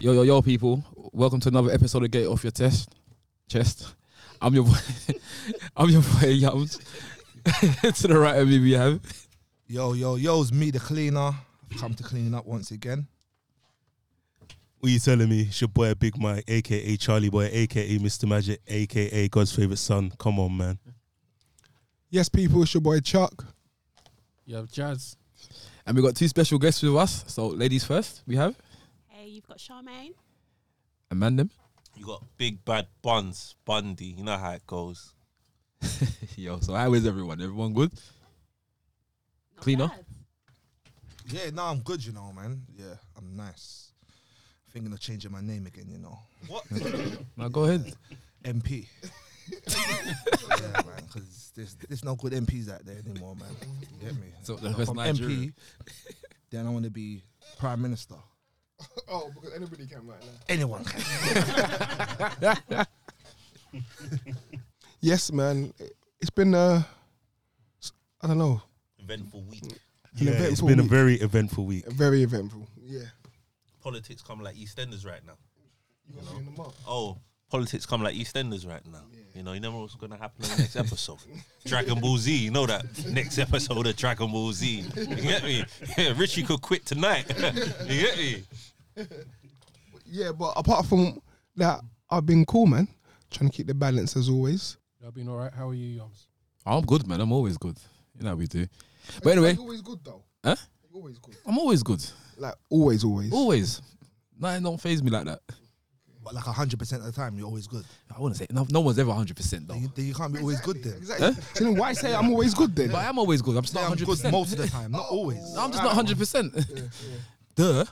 Yo, yo, yo, people! Welcome to another episode of Get Off Your Test. Chest. I'm your boy. I'm your boy Yums. to the right of me, we have Yo, yo, yo, it's me, the cleaner. I've come to clean up once again. What you telling me? It's your boy Big Mike, aka Charlie Boy, aka Mr. Magic, aka God's favorite son. Come on, man. Yes, people, it's your boy Chuck. You have Jazz. and we got two special guests with us. So, ladies first, we have Hey, you've got Charmaine. Amanda. You got big bad buns, Bundy. You know how it goes. Yo, so how is everyone? Everyone good? Not Cleaner. bad. Yeah, no, I'm good, you know, man. Yeah, I'm nice. Thinking of changing my name again, you know. What? Now go ahead. MP. yeah, man, because there's, there's no good MPs out there anymore, man. You get me? So, If the first I'm Nigerian. MP, then I want to be Prime Minister. Oh, because anybody can right now. Anyone can. Yes, man. It's been uh, s- I don't know, Eventful week. An Yeah, it's eventful been a week. very eventful week. very eventful. Yeah. Politics come like EastEnders right now. You got me in the mark. Oh, politics come like EastEnders right now. You know, you never know what's going to happen in the next episode. Dragon Ball Z, you know that. Next episode of Dragon Ball Z. You get me? Yeah, Richie could quit tonight. you get me? Yeah, but apart from that, I've been cool, man. Trying to keep the balance as always. I've been all right. How are you, Yums? I'm good, man. I'm always good. You know how we do. But anyway, you always good though. Huh? You always good. I'm always good. Like always, always. Always. Nothing don't phase me like that. But like 100% of the time, you're always good. I wouldn't say no, no one's ever 100% Then you, though. then you can't be always good then. Exactly. So then why say I'm always good then? But I am always good. I'm just Say not I'm 100%. good most of the time, not always. No, I'm just not 100. percent Duh.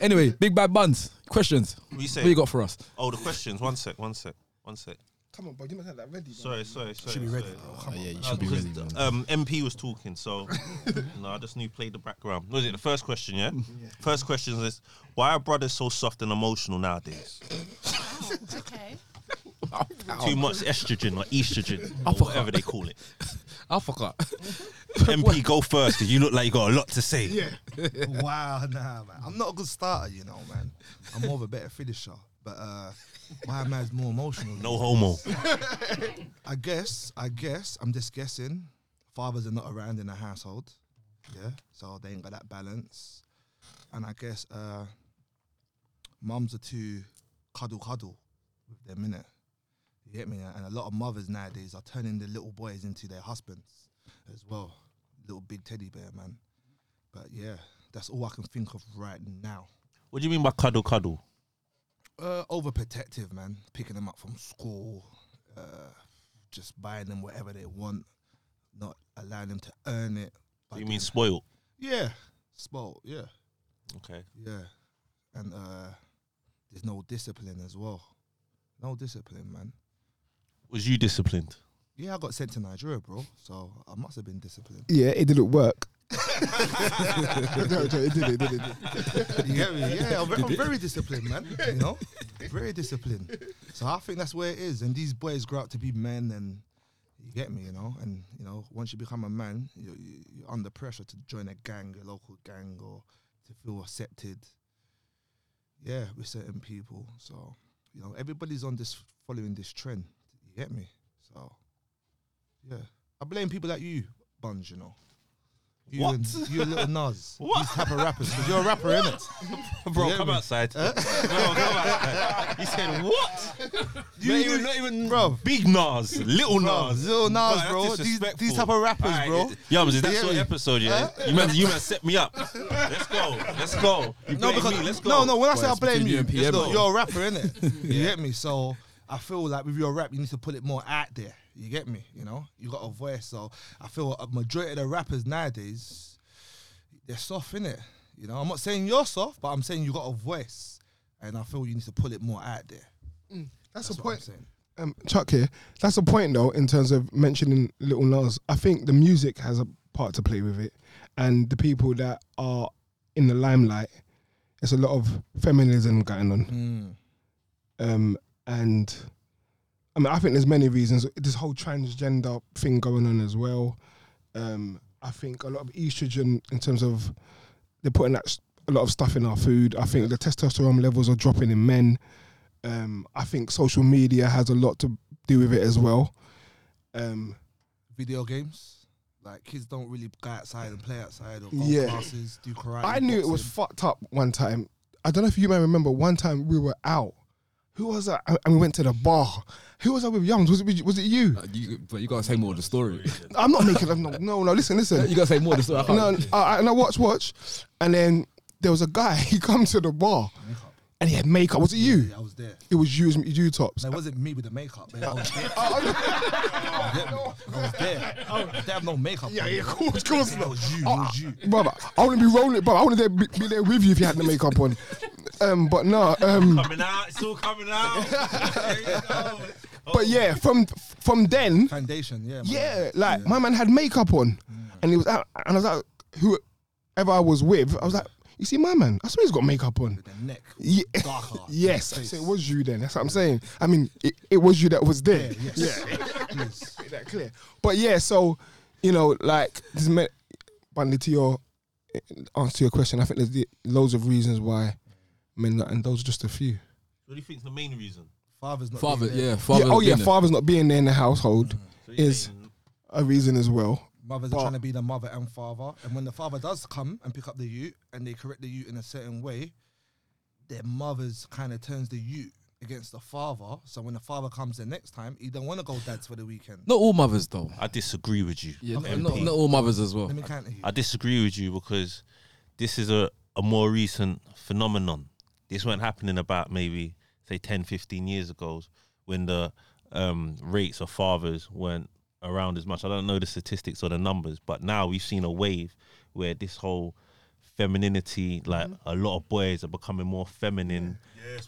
Anyway, big bad buns. Questions. What you What you say? got for us? Oh, the questions. One sec, one sec, one sec. Come on, but you must have that ready. bro. Sorry, sorry, sorry. Should be ready, sorry. bro. Come on. Oh, yeah, you No, because um, MP was talking, so no, I just knew played the background. Was it the first question? Yeah. First question is why are brothers so soft and emotional nowadays? Wow, okay. Too much estrogen or estrogen or forgot. whatever they call it. I forgot. MP, go first. 'cause You look like you got a lot to say. wow, nah, man. I'm not a good starter, you know, man. I'm more of a better finisher. But uh, why am I more emotional? No homo. I guess, I guess, I'm just guessing. Fathers are not around in the household, yeah, so they ain't got that balance. And I guess uh, mums are too cuddle cuddle with their minute. You get me? And a lot of mothers nowadays are turning their little boys into their husbands as well. Little big teddy bear, man. But yeah, that's all I can think of right now. What do you mean by cuddle cuddle? Uh, overprotective, man. Picking them up from school, uh, just buying them whatever they want, not allowing them to earn it. by You mean doing- spoiled? yeah, spoiled, yeah, Okay. yeah, and uh, there's no discipline as well. No discipline, man. Was you disciplined? Yeah, I got sent to Nigeria, bro, so I must have been disciplined. Yeah, it didn't work. No, no, it did, it did, it did. You get me? Yeah, I'm, ve- I'm very disciplined, man. You know, very disciplined. So I think that's where it is. And these boys grow up to be men, and you get me, you know. And you know, once you become a man, you're, you're under pressure to join a gang, a local gang, or to feel accepted. Yeah, with certain people. So you know, everybody's on this following this trend. You get me? So yeah, I blame people like you, Bunge. You know. You What? And, you and little Nas. What? These type of rappers. Because you're a rapper, innit? Bro, Yeah, come man. outside. no, come outside. He said what? You knew- not even Bruv. big Nas, little Bro, Nas. Lil Nas, Bruh, bro. that's These, disrespectful. these type of rappers, Alright, bro. Yums, is that Yeah, your yeah. episode, yeah? You man, you man set me up. Let's go. Let's go. You blame me. Let's go. no, no. When I say I it's blame between you you, and it's PM, not- bro. you're a rapper, innit? You get me? So I feel like with your rap, you need to put it more out there. You get me? You know, you got a voice. So I feel a majority of the rappers nowadays, they're soft, innit? You know, I'm not saying you're soft, but I'm saying you got a voice, and I feel you need to pull it more out there. That's, That's a what I'm point. saying. um, Chuck here. That's a point though in terms of mentioning Little Nas. I think the music has a part to play with it, and the people that are in the limelight. It's a lot of feminism going on, Mm. um, and I mean I think there's many reasons. This whole transgender thing going on as well. Um, I think a lot of estrogen in terms of they're putting that s- a lot of stuff in our food. I think the testosterone levels are dropping in men. Um, I think social media has a lot to do with it as well. Um, Video games. Like kids don't really go outside and play outside or go Yeah. classes, do karate. I knew it was boxing. fucked up one time. I don't know if you may remember one time we were out. Who was that? And we went to the bar. Who was that with Yums? Was it, with- was it you? Like, you, but you gotta say more of the story. I'm not making up. No, no, no, listen, listen. you gotta say more of the story. I can't- No, I, I, no, watch, watch. And then there was a guy, he come to the bar and he had makeup. Was it you? Yeah, I was there. It was you, it was you tops. No, it wasn't me with the makeup. Man. I was there. Oh, I was there. They have no makeup. Yeah, on. yeah, of course, of course It not. was you. It Oh, was you. brother, I wouldn't be rolling, but I wouldn't there be, be there with you if you had the makeup on. Um, but no, um, Coming out, it's all coming out. There you go. but yeah, from from then, Foundation. Yeah. man. yeah, like my man had makeup on, and he was out, and I was like, whoever I was with, I was like, you see my man, I swear he's got makeup on. The neck. Yeah. Darker. Yes, Face. so it was you then. That's what I'm saying. I mean, it, it was you that was there. Yeah, yes. Please. Make that clear. But yeah, so you know, like this meant Bundy to your eh, answer to your question. I think there's the, loads of reasons why men, not, and those are just a few. What do you think's the main reason? Father's not Father, being there. yeah, Yeah, father. oh yeah, being there. father's not being there in the household So you're is saying a reason as well. Mothers But- are trying to be the mother and father, and when the father does come and pick up the youth and they correct the youth in a certain way, their mothers kind of turns the youth against the father. So when the father comes the next time, he don't want to go dads for the weekend. Not all mothers though. I disagree with you. Yeah, Okay. not, MP. not all mothers as well. Let me counter you. I disagree with you because this is a, a more recent phenomenon. This weren't happening about maybe, say, 10, 15 years ago when the um, rates of fathers weren't around as much. I don't know the statistics or the numbers, but now we've seen a wave where this whole femininity, like Mm-hmm. a lot of boys are becoming more feminine.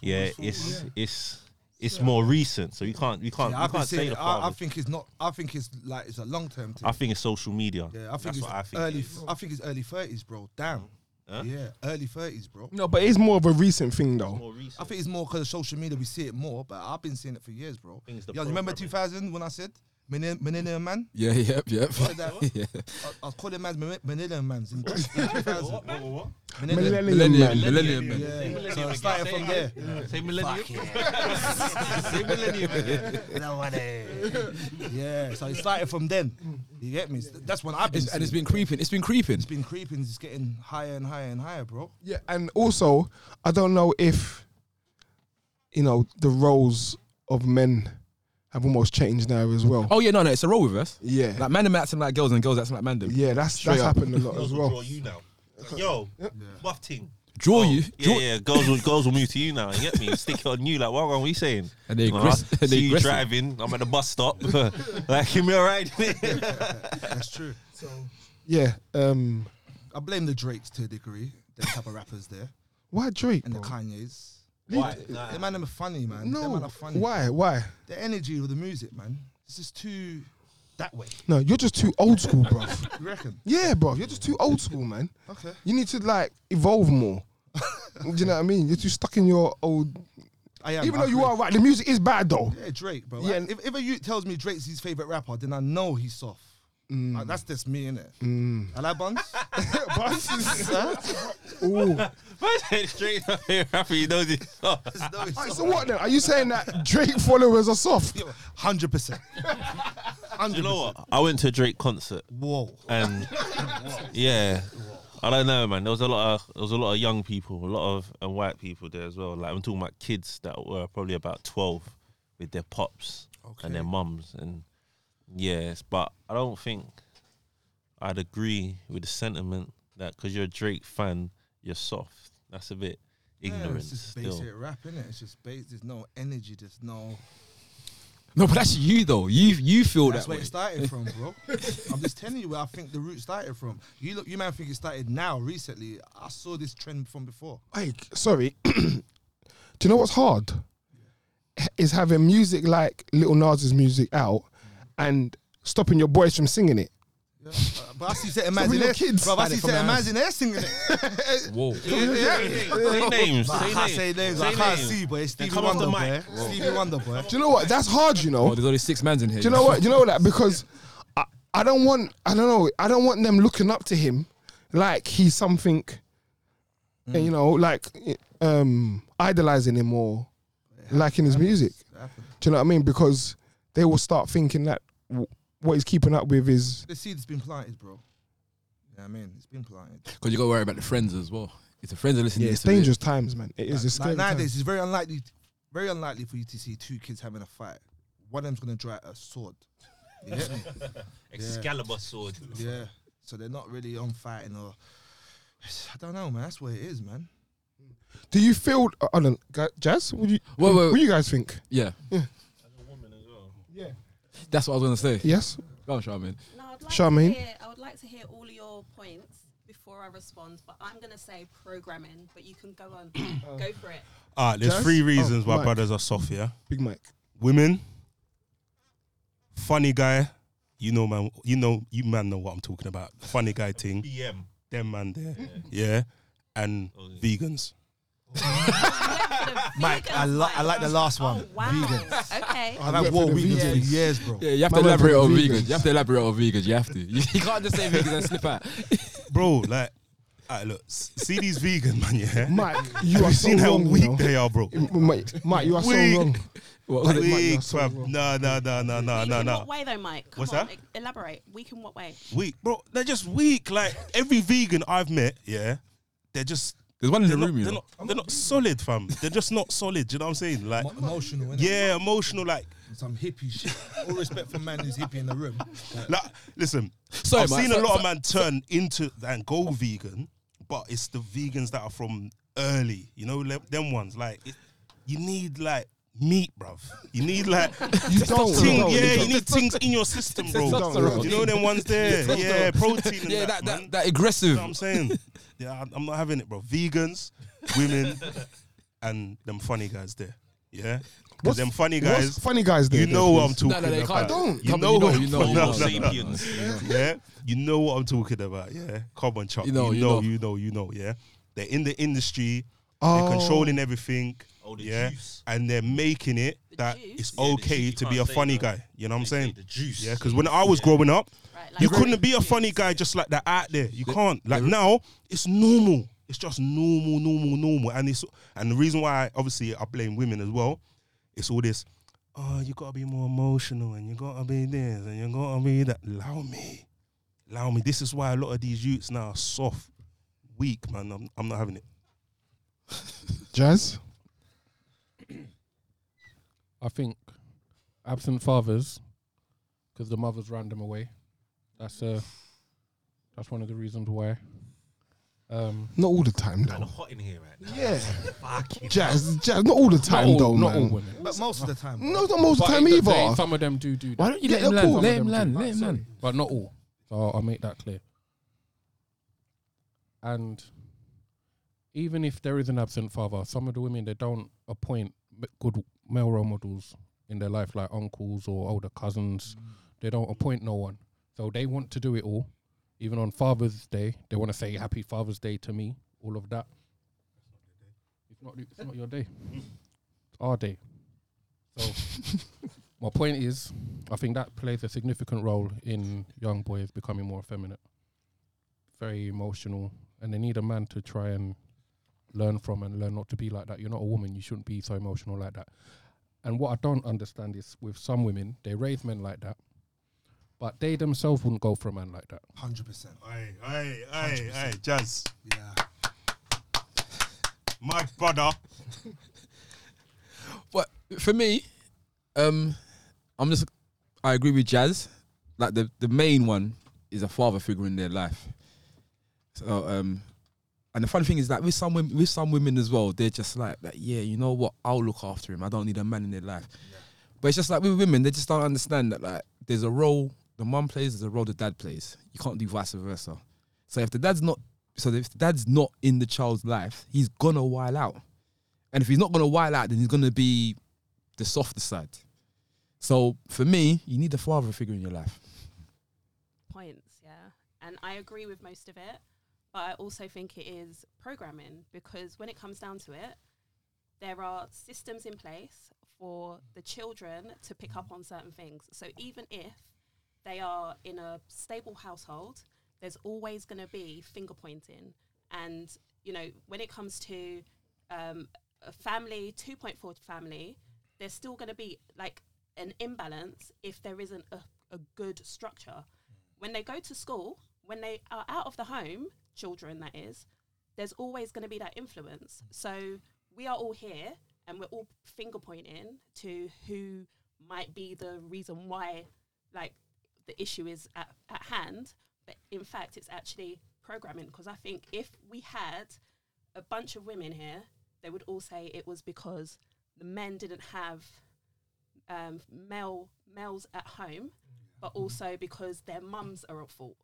Yeah, it's it's, it's more recent, so you can't you can't Yeah, you I've been can't say saying the it. I, I fathers. think it's not. I think it's like it's a long term thing. I think it's social media. yeah, I think That's it's what I think. early. it is. I think it's early thirties, bro. Damn. Huh? Yeah, early thirties, bro. No, but it's more of a recent thing though. More recent. I think it's more because of social media. We see it more, but I've been seeing it for years, bro. think it's the Yeah, remember programming. 2000 when I said Millenn- Millennium Man? Yeah, yep, yep. I said that. yeah. I, I was calling man's man Millennium Man's in 2000. Millennium, Millennium, man. millennium, man. Yeah. So I started from there. Say millennium. Say Millennium Man. Yeah, so it started from then. You get me? That's when I've been. It's, and it's seeing been creeping. It's been creeping. It's been creeping. It's getting higher and higher and higher, bro. Yeah, and also I don't know if you know the roles of men have almost changed now as well. Oh yeah, no, no, it's a role with us. Yeah, Like man them acting like girls and girls acting like man them. yeah, that's Straight that's up. happened a lot as Girls will draw well. you now. Yo, buff ting. Draw you. Oh, Yeah, Draw, yeah. Girls will girls will move to you now. You get me? Stick it on you. Like, what wrong? What you saying? And they Nah, aggress- and they Uh-huh. see you aggressive. driving. I'm at the bus stop. like, give me a ride. That's true. Yeah, um, I blame the Drakes to a degree, the type of rappers there, why Drake? and the bro? Kanye's. Why? The man them are funny, man. Them man No, are funny. why? Why? The energy of the music, man. This is too that way. No, you're just too old school, bruv. You reckon? Yeah, bruv, you're just too old school, man. Okay. You need to like evolve more. Do you know what I mean? You're too stuck in your old. I am. Even I though you agree. are right, the music is bad though. Yeah, Drake, bro. Yeah. Yeah. If, if a youth tells me Drake's his favorite rapper, then I know he's soft. Mm. Like, that's just me, innit? Mm. I like buns. Ooh. Straight up here, rapper. You know this. Oh, Alright, so what then? Are you saying that Drake followers are soft? Hundred percent. you know what? I went to a Drake concert Whoa. and yeah. I don't know, man. There was a lot of there was a lot of young people, a lot of and white people there as well. Like I'm talking about kids that were probably about twelve with their pops and their mums and yes, but I don't think I'd agree with the sentiment that because you're a Drake fan, you're soft. That's a bit Yeah, ignorant it's just still. basic rap, innit? It's just basic. There's no energy. There's no. No, but that's you though. You you feel That's that where way. it started from, bro. I'm just telling you where I think the root started from. You look, you man think it started now, recently. I saw this trend from before. Like, sorry. Do you know what's hard? Is having music like Little Nas's music out and stopping your boys from singing it. Yeah, Uh, but- but I see certain Some mans in little there. kids Bro, I had it see from the certain house. mans in there singing it. Whoa. Say names. I Say can't names. say names. I Say can't names. see, but it's Then Stevie come off the Wonder, boy. mic. Stevie Wonder, boy. Do you know what? That's hard, you know. Oh, there's only six mans in here. Do you know what? Do you know that because I, I don't want I don't know I don't want them looking up to him like he's something And, you know, like um, idolizing him or liking his music. It happens. Do you know what I mean? Because they will start thinking that w- what he's keeping up with is The seed's been planted, bro. Yeah, I mean, it's been planted. Because you got to worry about the friends as well. If the friends are listening, yeah, to it's this to me- dangerous times, man. It is a Like, scary nowadays, time. it's very unlikely, very unlikely for you to see two kids having a fight. One of them's gonna draw a sword. You get me? Excalibur sword. yeah. So they're not really on fighting or. I don't know, man. That's what it is, man. Do you feel? Uh, hold on, gu- Jazz, what do you? Wait, wait, What do you guys think? Yeah, Yeah. that's what I was gonna say. Yes. Go on, Charmin. No, I'd like Charmaine? To hear, I would like to hear all of your points before I respond, but I'm going to say programming, but you can go on. go for it. All right, there's Jazz? three reasons Oh, why Mike. brothers are soft, yeah? Big Mike. Women, funny guy, you know man you know you man know what I'm talking about. Funny guy thing, BM. them man there. Yeah. And Oh, yeah. vegans. Mike, I, li- I like the last one. Oh, wow. Vegans. Okay. I've had Yeah, war for the with vegans for vegans. years, bro. Yeah, you have to My man elaborate said on vegans. vegans. You have to elaborate on vegans. You have to. You, you can't just say vegans and slip out. Bro, like all right, look, s- see these vegan man, yeah? Mike, you Have are you so seen how wrong. you weak know. they are, bro? Mike, Mike, you are Weak. so wrong. What- what- Weak, so fam. wrong. Nah, nah, nah, nah, nah, Weak nah, in nah. what way though, Mike? Come What's on, that? e- Elaborate. Weak in what way? Weak, bro. They're just weak. Like every vegan I've met, yeah, they're just There's one in they're, the not, room, you they're, know. not, they're not solid, fam. They're just not solid. Do you know what I'm saying? Like, emotional, innit? yeah, emotional. Like, Some hippie shit. All respect for man who's hippie in the room. like listen, Sorry, I've man. seen So- a lot so- of man turn into and go vegan, but it's the vegans that are from early. You know, le- them ones. Like, it, you need like meat, bruv. You need like You don't. ting- you don't, yeah, you you need things in your system, bro. don't, you don't. You know them ones there, yeah, protein. And Yeah, that, that, man. that, that aggressive. You know what I'm saying? yeah, I- I'm not having it, bro. Vegans, women, and them funny guys there. Yeah, 'Cause What's- them funny What's guys. funny guys there? You know what I'm please? talking No, no, they about. can't. Don't. You Come know on, what you I'm know, you talking know, no, Homo no, about. no. sapiens. Yeah, you know what I'm talking about. Yeah, come on, Chuck. You You know, know, you you know, know. you know, you know. Yeah, they're in the industry. Oh. They're controlling everything. Oh, the yeah, juice. and they're making it that it's Yeah, the okay juice. to You be a can't say funny no. guy. You know what I'm They say saying? the juice. Yeah, because when I was growing up, Right. you couldn't be a funny guy just like that out there. You can't. Like the- now, it's normal. It's just normal, normal, normal. And it's and the reason why obviously I blame women as well, it's all this, oh, you gotta be more emotional and you gotta be this and you gotta be that. Allow me. Allow me. This is why a lot of these youths now are soft, weak, man. I'm, I'm not having it. Jazz. I think absent fathers, because the mothers ran them away. That's uh, that's one of the reasons why. Um, Not all the time Man, though. hot in here right now. Yeah. Fucking Jazz. Jazz. Not all the not time all, though, not all man. women. But most of the time. No, not most of But the time they- either. Some of them do do. That. Why don't you Yeah, let him they're land? cool. Let him Some of them land. do. Let him Sorry. land. but not all. So I'll, I'll make that clear. And even if there is an absent father, some of the women they don't appoint m- good male role models in their life, like uncles or older cousins. They don't appoint no one, so they want to do it all. Even on Father's Day, they want to say Happy Father's Day to me. All of that. It's not. It's not your day. It's our day. So my point is, I think that plays a significant role in young boys becoming more effeminate, very emotional, and they need a man to try and learn from and learn not to be like that. You're not a woman, you shouldn't be so emotional like that. And what I don't understand is with some women, they raise men like that, but they themselves wouldn't go for a man like that. 100%. Aye, aye, aye, aye, Jazz. Yeah. My brother. But for me, um, I'm just I agree with Jazz. Like the the main one is a father figure in their life. So um, and the funny thing is that with some women, with some women as well, they're just like that. Yeah, you know what? I'll look after him. I don't need a man in their life. But it's just like with women, they just don't understand that like there's a role the mum plays, there's a role the dad plays. You can't do vice versa. So if the dad's not so if the dad's not in the child's life, he's gonna while out. And if he's not gonna while out, then he's gonna be the softer side. So for me, you need a father figure in your life. points, yeah. And I agree with most of it, but I also think it is programming because when it comes down to it, there are systems in place for the children to pick up on certain things. So even if they are in a stable household, there's always going to be finger pointing and you know, when it comes to um, a family, 2.4 family, there's still going to be like an imbalance if there isn't a, a good structure. When they go to school, when they are out of the home, children that is, there's always going to be that influence. So we are all here and we're all finger pointing to who might be the reason why like the issue is at, at hand but in fact it's actually programming because i think if we had a bunch of women here they would all say it was because the men didn't have um, male males at home but also because their mums are at fault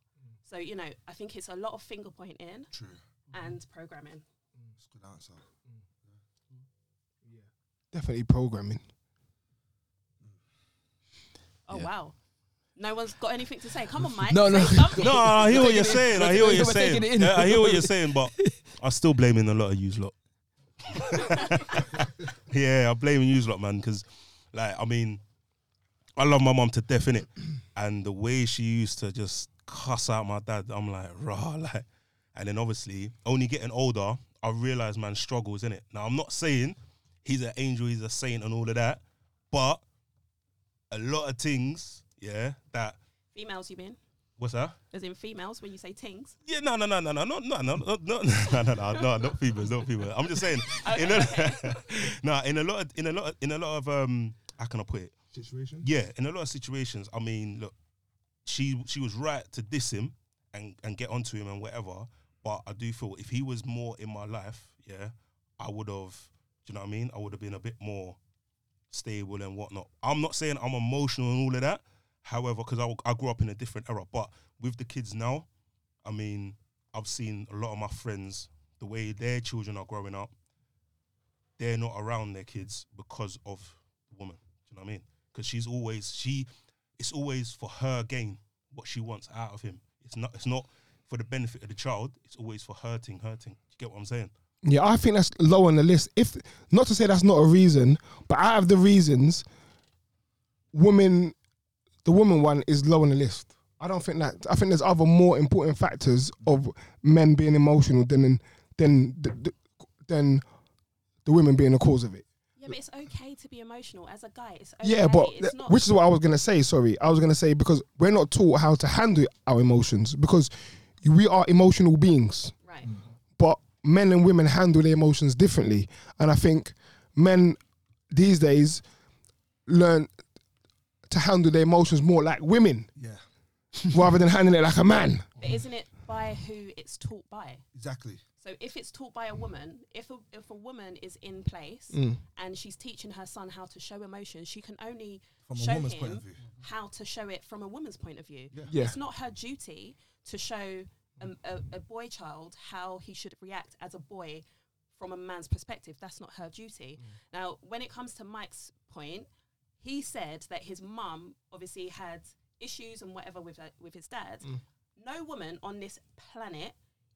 so you know i think it's a lot of finger pointing True. and programming It's a good answer. Definitely programming. oh Yeah. wow no one's got anything to say come on mike No, say no. something. No, I hear what We're you're taking it in. saying. I hear what We're you're taking saying. it in. Yeah, I hear what you're saying, but I'm still blaming a lot of yous lot. yeah, I'm blaming yous lot, man, because, like, I mean, I love my mom to death, innit? And the way she used to just cuss out my dad, I'm like, rah, like. And then obviously, only getting older, I realize man struggles, innit? Now, I'm not saying he's an angel, he's a saint, and all of that, but a lot of things, yeah, that, females you mean what's that? as in females when you say tings Yeah, no, no, no, no, no, no, no, no, no, no, no, no, no, no, not females, not females. I'm just saying, in a, no, in a lot, of, in a lot, of, in a lot of, um, how can I put it? Situation. Yeah, in a lot of situations, I mean, look, she she was right to diss him and and get onto him and whatever. But I do feel if he was more in my life, yeah, I would have. Do you know what I mean? I would have been a bit more stable and whatnot. I'm not saying I'm emotional and all of that. However, because I, I grew up in a different era, but with the kids now, I mean, I've seen a lot of my friends the way their children are growing up. They're not around their kids because of the woman. Do you know what I mean? because she's always she it's always for her gain what she wants out of him it's not it's not for the benefit of the child it's always for her thing her thing you get what i'm saying Yeah, I think that's low on the list. If not to say that's not a reason, but out of the reasons, women, the woman one is low on the list. I don't think that. I think there's other more important factors of men being emotional than than than, than the women being the cause of it. yeah but it's okay to be emotional as a guy it's okay Yeah, but it's th- not which is what I was gonna say. Sorry, I was gonna say because we're not taught how to handle our emotions because we are emotional beings. right but men and women handle their emotions differently. And I think men these days learn to handle their emotions more like women Yeah, rather than handling it like a man. But isn't it by who it's taught by? exactly. So if it's taught by a woman, if a, if a woman is in place Mm. Mm. and she's teaching her son how to show emotion, she can only From a show woman's him point of view. how to show it from a woman's point of view. Yeah. It's not her duty to show um, a, a boy child how he should react as a boy from a man's perspective. That's not her duty. Now, when it comes to Mike's point, he said that his mum obviously had issues and whatever with her, with his dad. No woman on this planet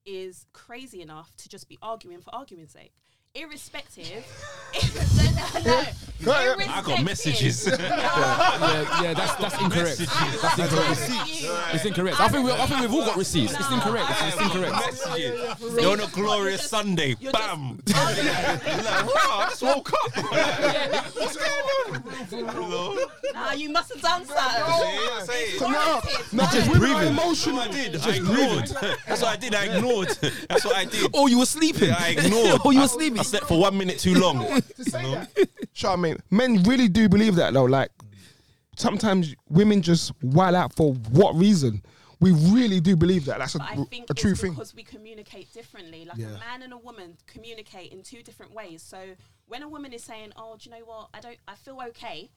is crazy enough to just be arguing for arguing's sake. Irrespective, no, no, no. I got messages. yeah, yeah, that's that's incorrect. That's incorrect. Irrespective. It's incorrect. I think we I think we've all got receipts. It's incorrect. It's, it's incorrect. Messages. You're on a glorious Sunday. you're just- Bam. Like, wow, I just woke up. What's going on? Lord, Nah, you must have done something. yeah, say it. No, no, Just women are breathing. emotional. I did. I ignored. That's what I did. I ignored. That's what I did. Oh, you were sleeping. I ignored. oh, you I- were sleeping. I slept for one minute too long. Sure, I mean, men really do believe that though. Like sometimes women just wild out for what reason? We really do believe that. That's a, But I think a it's true thing. because we communicate differently. Like Yeah. a man and a woman communicate in two different ways. So when a woman is saying, "Oh, do you know what? I don't. I feel okay,"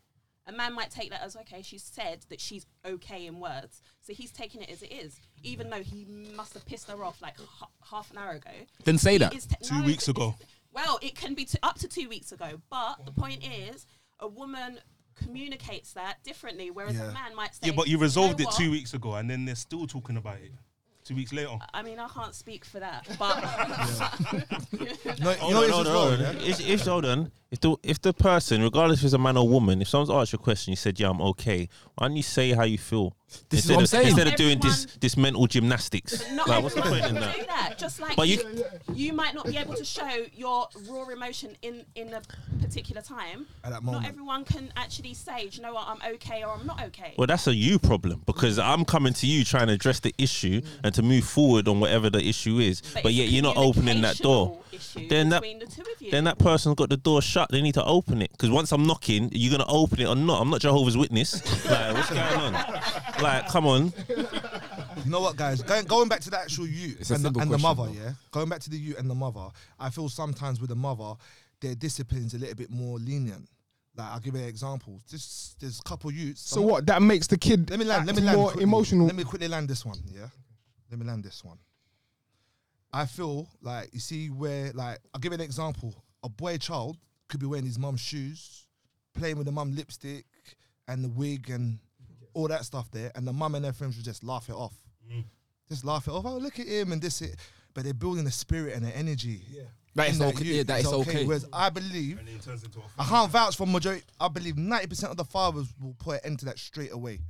a man might take that as okay. She said that she's okay in words, so he's taking it as it is, even though he must have pissed her off like ha- half an hour ago. Then say He that. is te- Two weeks it's- ago. Well, it can be t- up to two weeks ago, but the point is, a woman communicates that differently, whereas Yeah. a man might say, yeah but you know resolved it what? two weeks ago and then they're still talking about it two weeks later I mean, I can't speak for that, but Oh, No, you know, it's as well, yeah? It's, it's hold on. If the if the person, regardless if it's a man or woman, if someone's asked you a question, you said, "Yeah, I'm okay," why don't you say how you feel This is instead what I'm of saying. instead of doing this Everyone- this mental gymnastics? Not Like, what's the everyone point in can that? do that. Just like But you, you- you might not be able to show your raw emotion in in a particular time. At that Not moment. everyone can actually say, "Do you know what, I'm okay or I'm not okay. Well, that's a you problem because I'm coming to you trying to address the issue and to move forward on whatever the issue is, but, Mm. it's a yet you're not opening that door. communicational issue Then that- between the two of you. Then that person's got the door shut. They need to open it because once I'm knocking, you're gonna open it or not. I'm not Jehovah's Witness. like, what's going on? Like, come on. You know what, guys? Going, going back to the actual you It's a and, the, simple and the question, mother, though. yeah? Going back to the you and the mother, I feel sometimes with the mother, their discipline's a little bit more lenient. Like, I'll give you an example. This, there's a couple youths. So I'm- what? That makes the kid Let me land. Let act me land. more quickly. emotional. Let me quickly land this one. Yeah. Let me land this one. I feel like you see where like I'll give you an example. A boy child could be wearing his mum's shoes, playing with the mum lipstick and the wig and all that stuff there, and the mum and her friends would just laugh it off. Mm. Just laugh it off. Oh, look at him and this it. But they're building a spirit and an energy. Yeah. That is okay. Yeah, that is okay. Whereas I believe And it turns into a I can't vouch for majority. I believe ninety percent of the fathers will put an end to that straight away.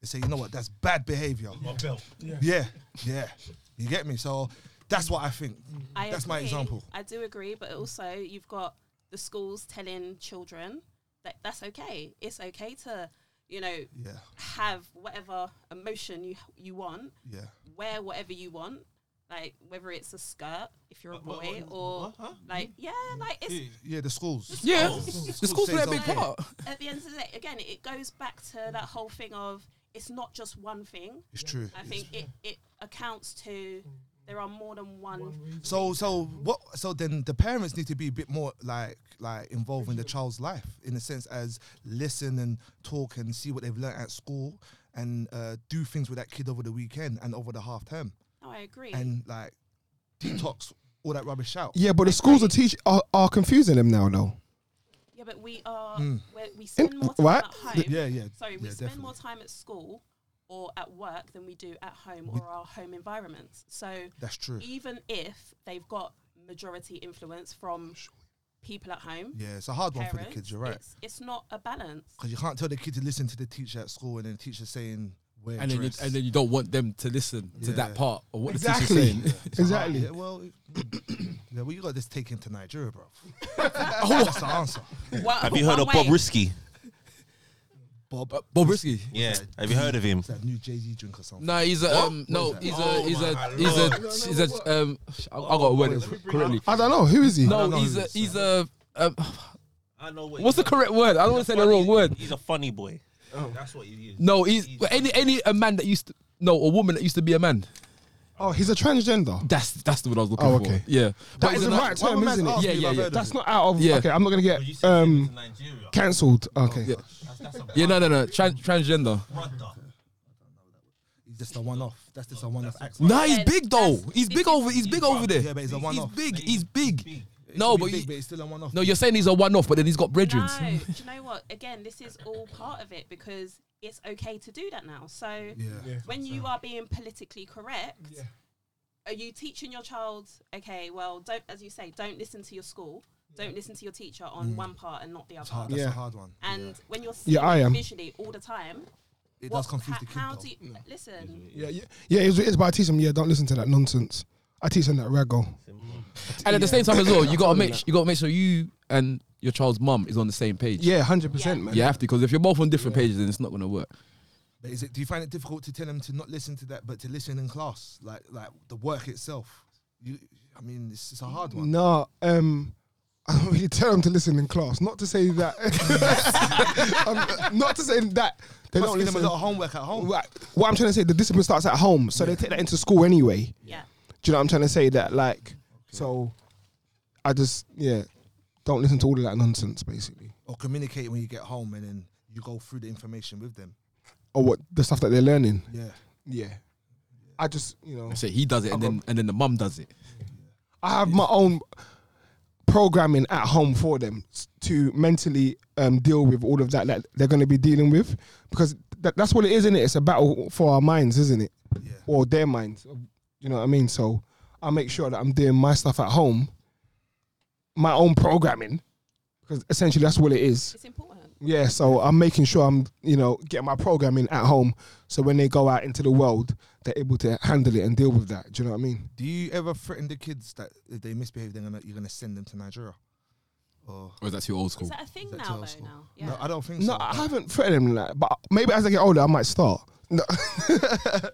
They say, you know what, that's bad behaviour. belt. Ah. Yeah, yeah. You get me? So that's what I think. I That's my agree. example. I do agree, but also you've got the schools telling children that that's okay. It's okay to, you know, Yeah, have whatever emotion you you want, yeah. wear whatever you want, like whether it's a skirt if Uh, you're a boy What- what- what- or what? Huh? like Mm-hmm. yeah, like it's Yeah, the schools. Yeah, the School school's play a says big okay. part. at the end of the day again it goes back to that Mm. whole thing of it's not just one thing. It's true. I think it it accounts to there are more than one. So so what so then the parents need to be a bit more like like involved in the child's life in a sense as listen and talk and see what they've learnt at school and uh, do things with that kid over the weekend and over the half term. No, I agree. and like detox all that rubbish out. yeah, but the schools are teach are, are confusing them now though. Yeah, but we are Mm. we're, we spend more time what? at home. Yeah, yeah. Sorry, we yeah, spend more time at school or at work than we do at home or our home environments. So That's true. even if they've got majority influence from people at home, Yeah, it's a hard one for the parents, kids. You're right It's, it's not a balance. because you can't tell the kid to listen to the teacher at school and then the teacher saying wear And then, you, dress. and then you don't want them to listen to Yeah. that part of what the Exactly. teacher's saying. It's hard. Exactly. Yeah, well, yeah, well, you got this taken to Nigeria, bro. That's the answer. Well, Have you heard one of way- Bob Risky? Bob, Uh, Bob Risky. Yeah. Have you heard of him? is that new Jay Z drink or something? No, he's a um, no, that? he's a Oh he's a my he's lord. a he's a um. I, I got a word correctly. I don't know who is he. No, know he's who a this he's a. Um, I know what what's the correct word? I don't want to say the wrong word. He's a funny boy. That's what you use. No, he's any any a man that used to no a woman that used to be a man. Oh, he's a transgender. That's that's the word I was looking Oh, for. okay. Yeah, That is it's the not- right Why term, my man's isn't it? asked Yeah, me if yeah, I've yeah. heard of That's him. not out of. Yeah. Okay, I'm not gonna get um Nigeria. cancelled. Okay. Yeah. Yeah, no, no, no. Tran- transgender. He's just a one-off. That's just a one-off accident. Nah, he's Yeah, big though. that's- He's big over. He's big over there. Yeah, but he's a He's one-off. big. He's big. He's No, but big, you- but he's still a one-off. no, you're saying he's a one-off, but then he's got No, brethren. do you know what? Again, this is all part of it because it's okay to do that now. So Yeah. when you are being politically correct, are you teaching your child, okay, well, don't, as you say, don't listen to your school, don't listen to your teacher Mm. on one part and not the It's other. hard. That's Yeah. a hard one. And when you're seeing Yeah, I it am. visually all the time, It what- does confuse ho- the kid. How though. do you, listen? Yeah, yeah, yeah. It's, it's but I teach them. Yeah, don't listen to that nonsense. I teach them that raggle. And at the same time as well, you gotta make you gotta make sure you and your child's mum is on the same page. Yeah, hundred percent, man. You have to, because if you're both on different pages, then it's not gonna work. But is it? Do you find it difficult to tell them to not listen to that, but to listen in class, like like the work itself? You, I mean, it's, it's a hard one. No, um, I don't really tell them to listen in class. Not to say that. Um, not to say that They they don't don't give them a listen. lot of homework at home. Right. What I'm trying to say, the discipline starts at home, so they take that into school anyway. Yeah. Do you know what I'm trying to say? That like, so I just yeah, don't listen to all of that nonsense, basically, Or communicate when you get home, and then you go through the information with them. or what the stuff that they're learning. Yeah, Yeah, I just you know. I say he does it, and then and then the mum does it. I have my own programming at home for them s- to mentally um, deal with all of that that they're going to be dealing with because that, that's what it is, isn't it? It's a battle for our minds, isn't it? yeah. Or their minds. You know what I mean? So I make sure that I'm doing my stuff at home, my own programming, because essentially that's what it is. It's important. Yeah, so I'm making sure I'm, you know, getting my programming at home, so when they go out into the world, they're able to handle it and deal with that. Do you know what I mean? Do you ever threaten the kids that if they misbehave, they're gonna you're gonna send them to Nigeria? Or Or is that too old school? Is that a thing Is that now, old though? school? Now, yeah. no, I don't think No, so. I haven't threatened them like that, but maybe as I get older, I might start. No.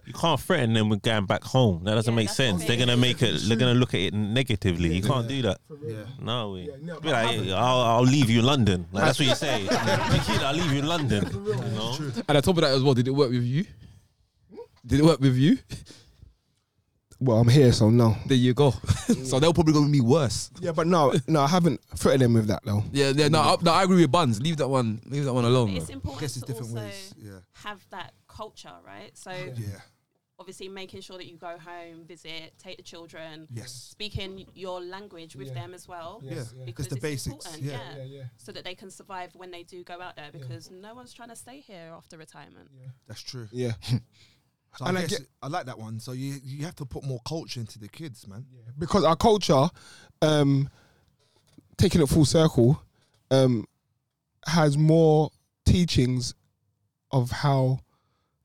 You can't threaten them with going back home. That doesn't Yeah, make that's sense. what They're it gonna is. make it. They're gonna look at it negatively. you can't do that. Yeah. No, we. no, be like, I'll, I'll leave you in London. Like, that's what you say. You kid, I'll leave you in London. You know? And on top of that as well, did it work with you? Did it work with you? Well, I'm here, so no. There you go. so they'll probably go with me worse. Yeah, but no, no, I haven't threatened them with that though. Yeah, yeah. No, I, no, I agree with Buns. Leave that one. Leave that one alone. It's I important guess it's to different also ways. Yeah. have that culture, right? So Yeah. obviously, making sure that you go home, visit, take the children, Yes. speaking your language with Yeah. them as well. Yeah. yeah. Because the it's basics. important, Yeah. So that they can survive when they do go out there, because no one's trying to stay here after retirement. That's true. Yeah. So I, And I guess get- I like that one. So you you have to put more culture into the kids, man. because our culture, um, taking it full circle, um, has more teachings of how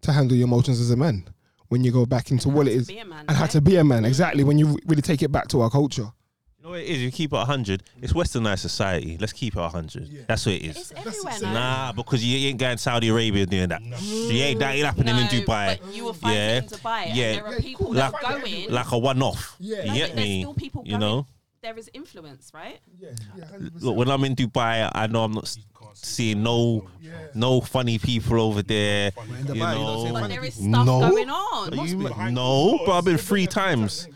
to handle your emotions as a man when you go back into what it is Be a man. and how right? to be a man. Exactly when you really take it back to our culture. You know what it is? You keep it 100. It's westernized society. Let's keep it 100. That's what it is. It's everywhere now. Nah, because you ain't going to Saudi Arabia doing that. You ain't that ain't happening in No, Dubai. But you will find Yeah. it in Dubai. and Yeah. there are people cool. that Like- go in. Like a one off. Yeah. You No, get but there's me? still people You going. know? there is influence, right? Yeah, Look, when I'm in Dubai, I know I'm not s- seeing no no funny people over there. In You Dubai, you don't say know, But funny there is people. stuff No. going on. Are you be ma- behind no, closed but I've been doors. three times.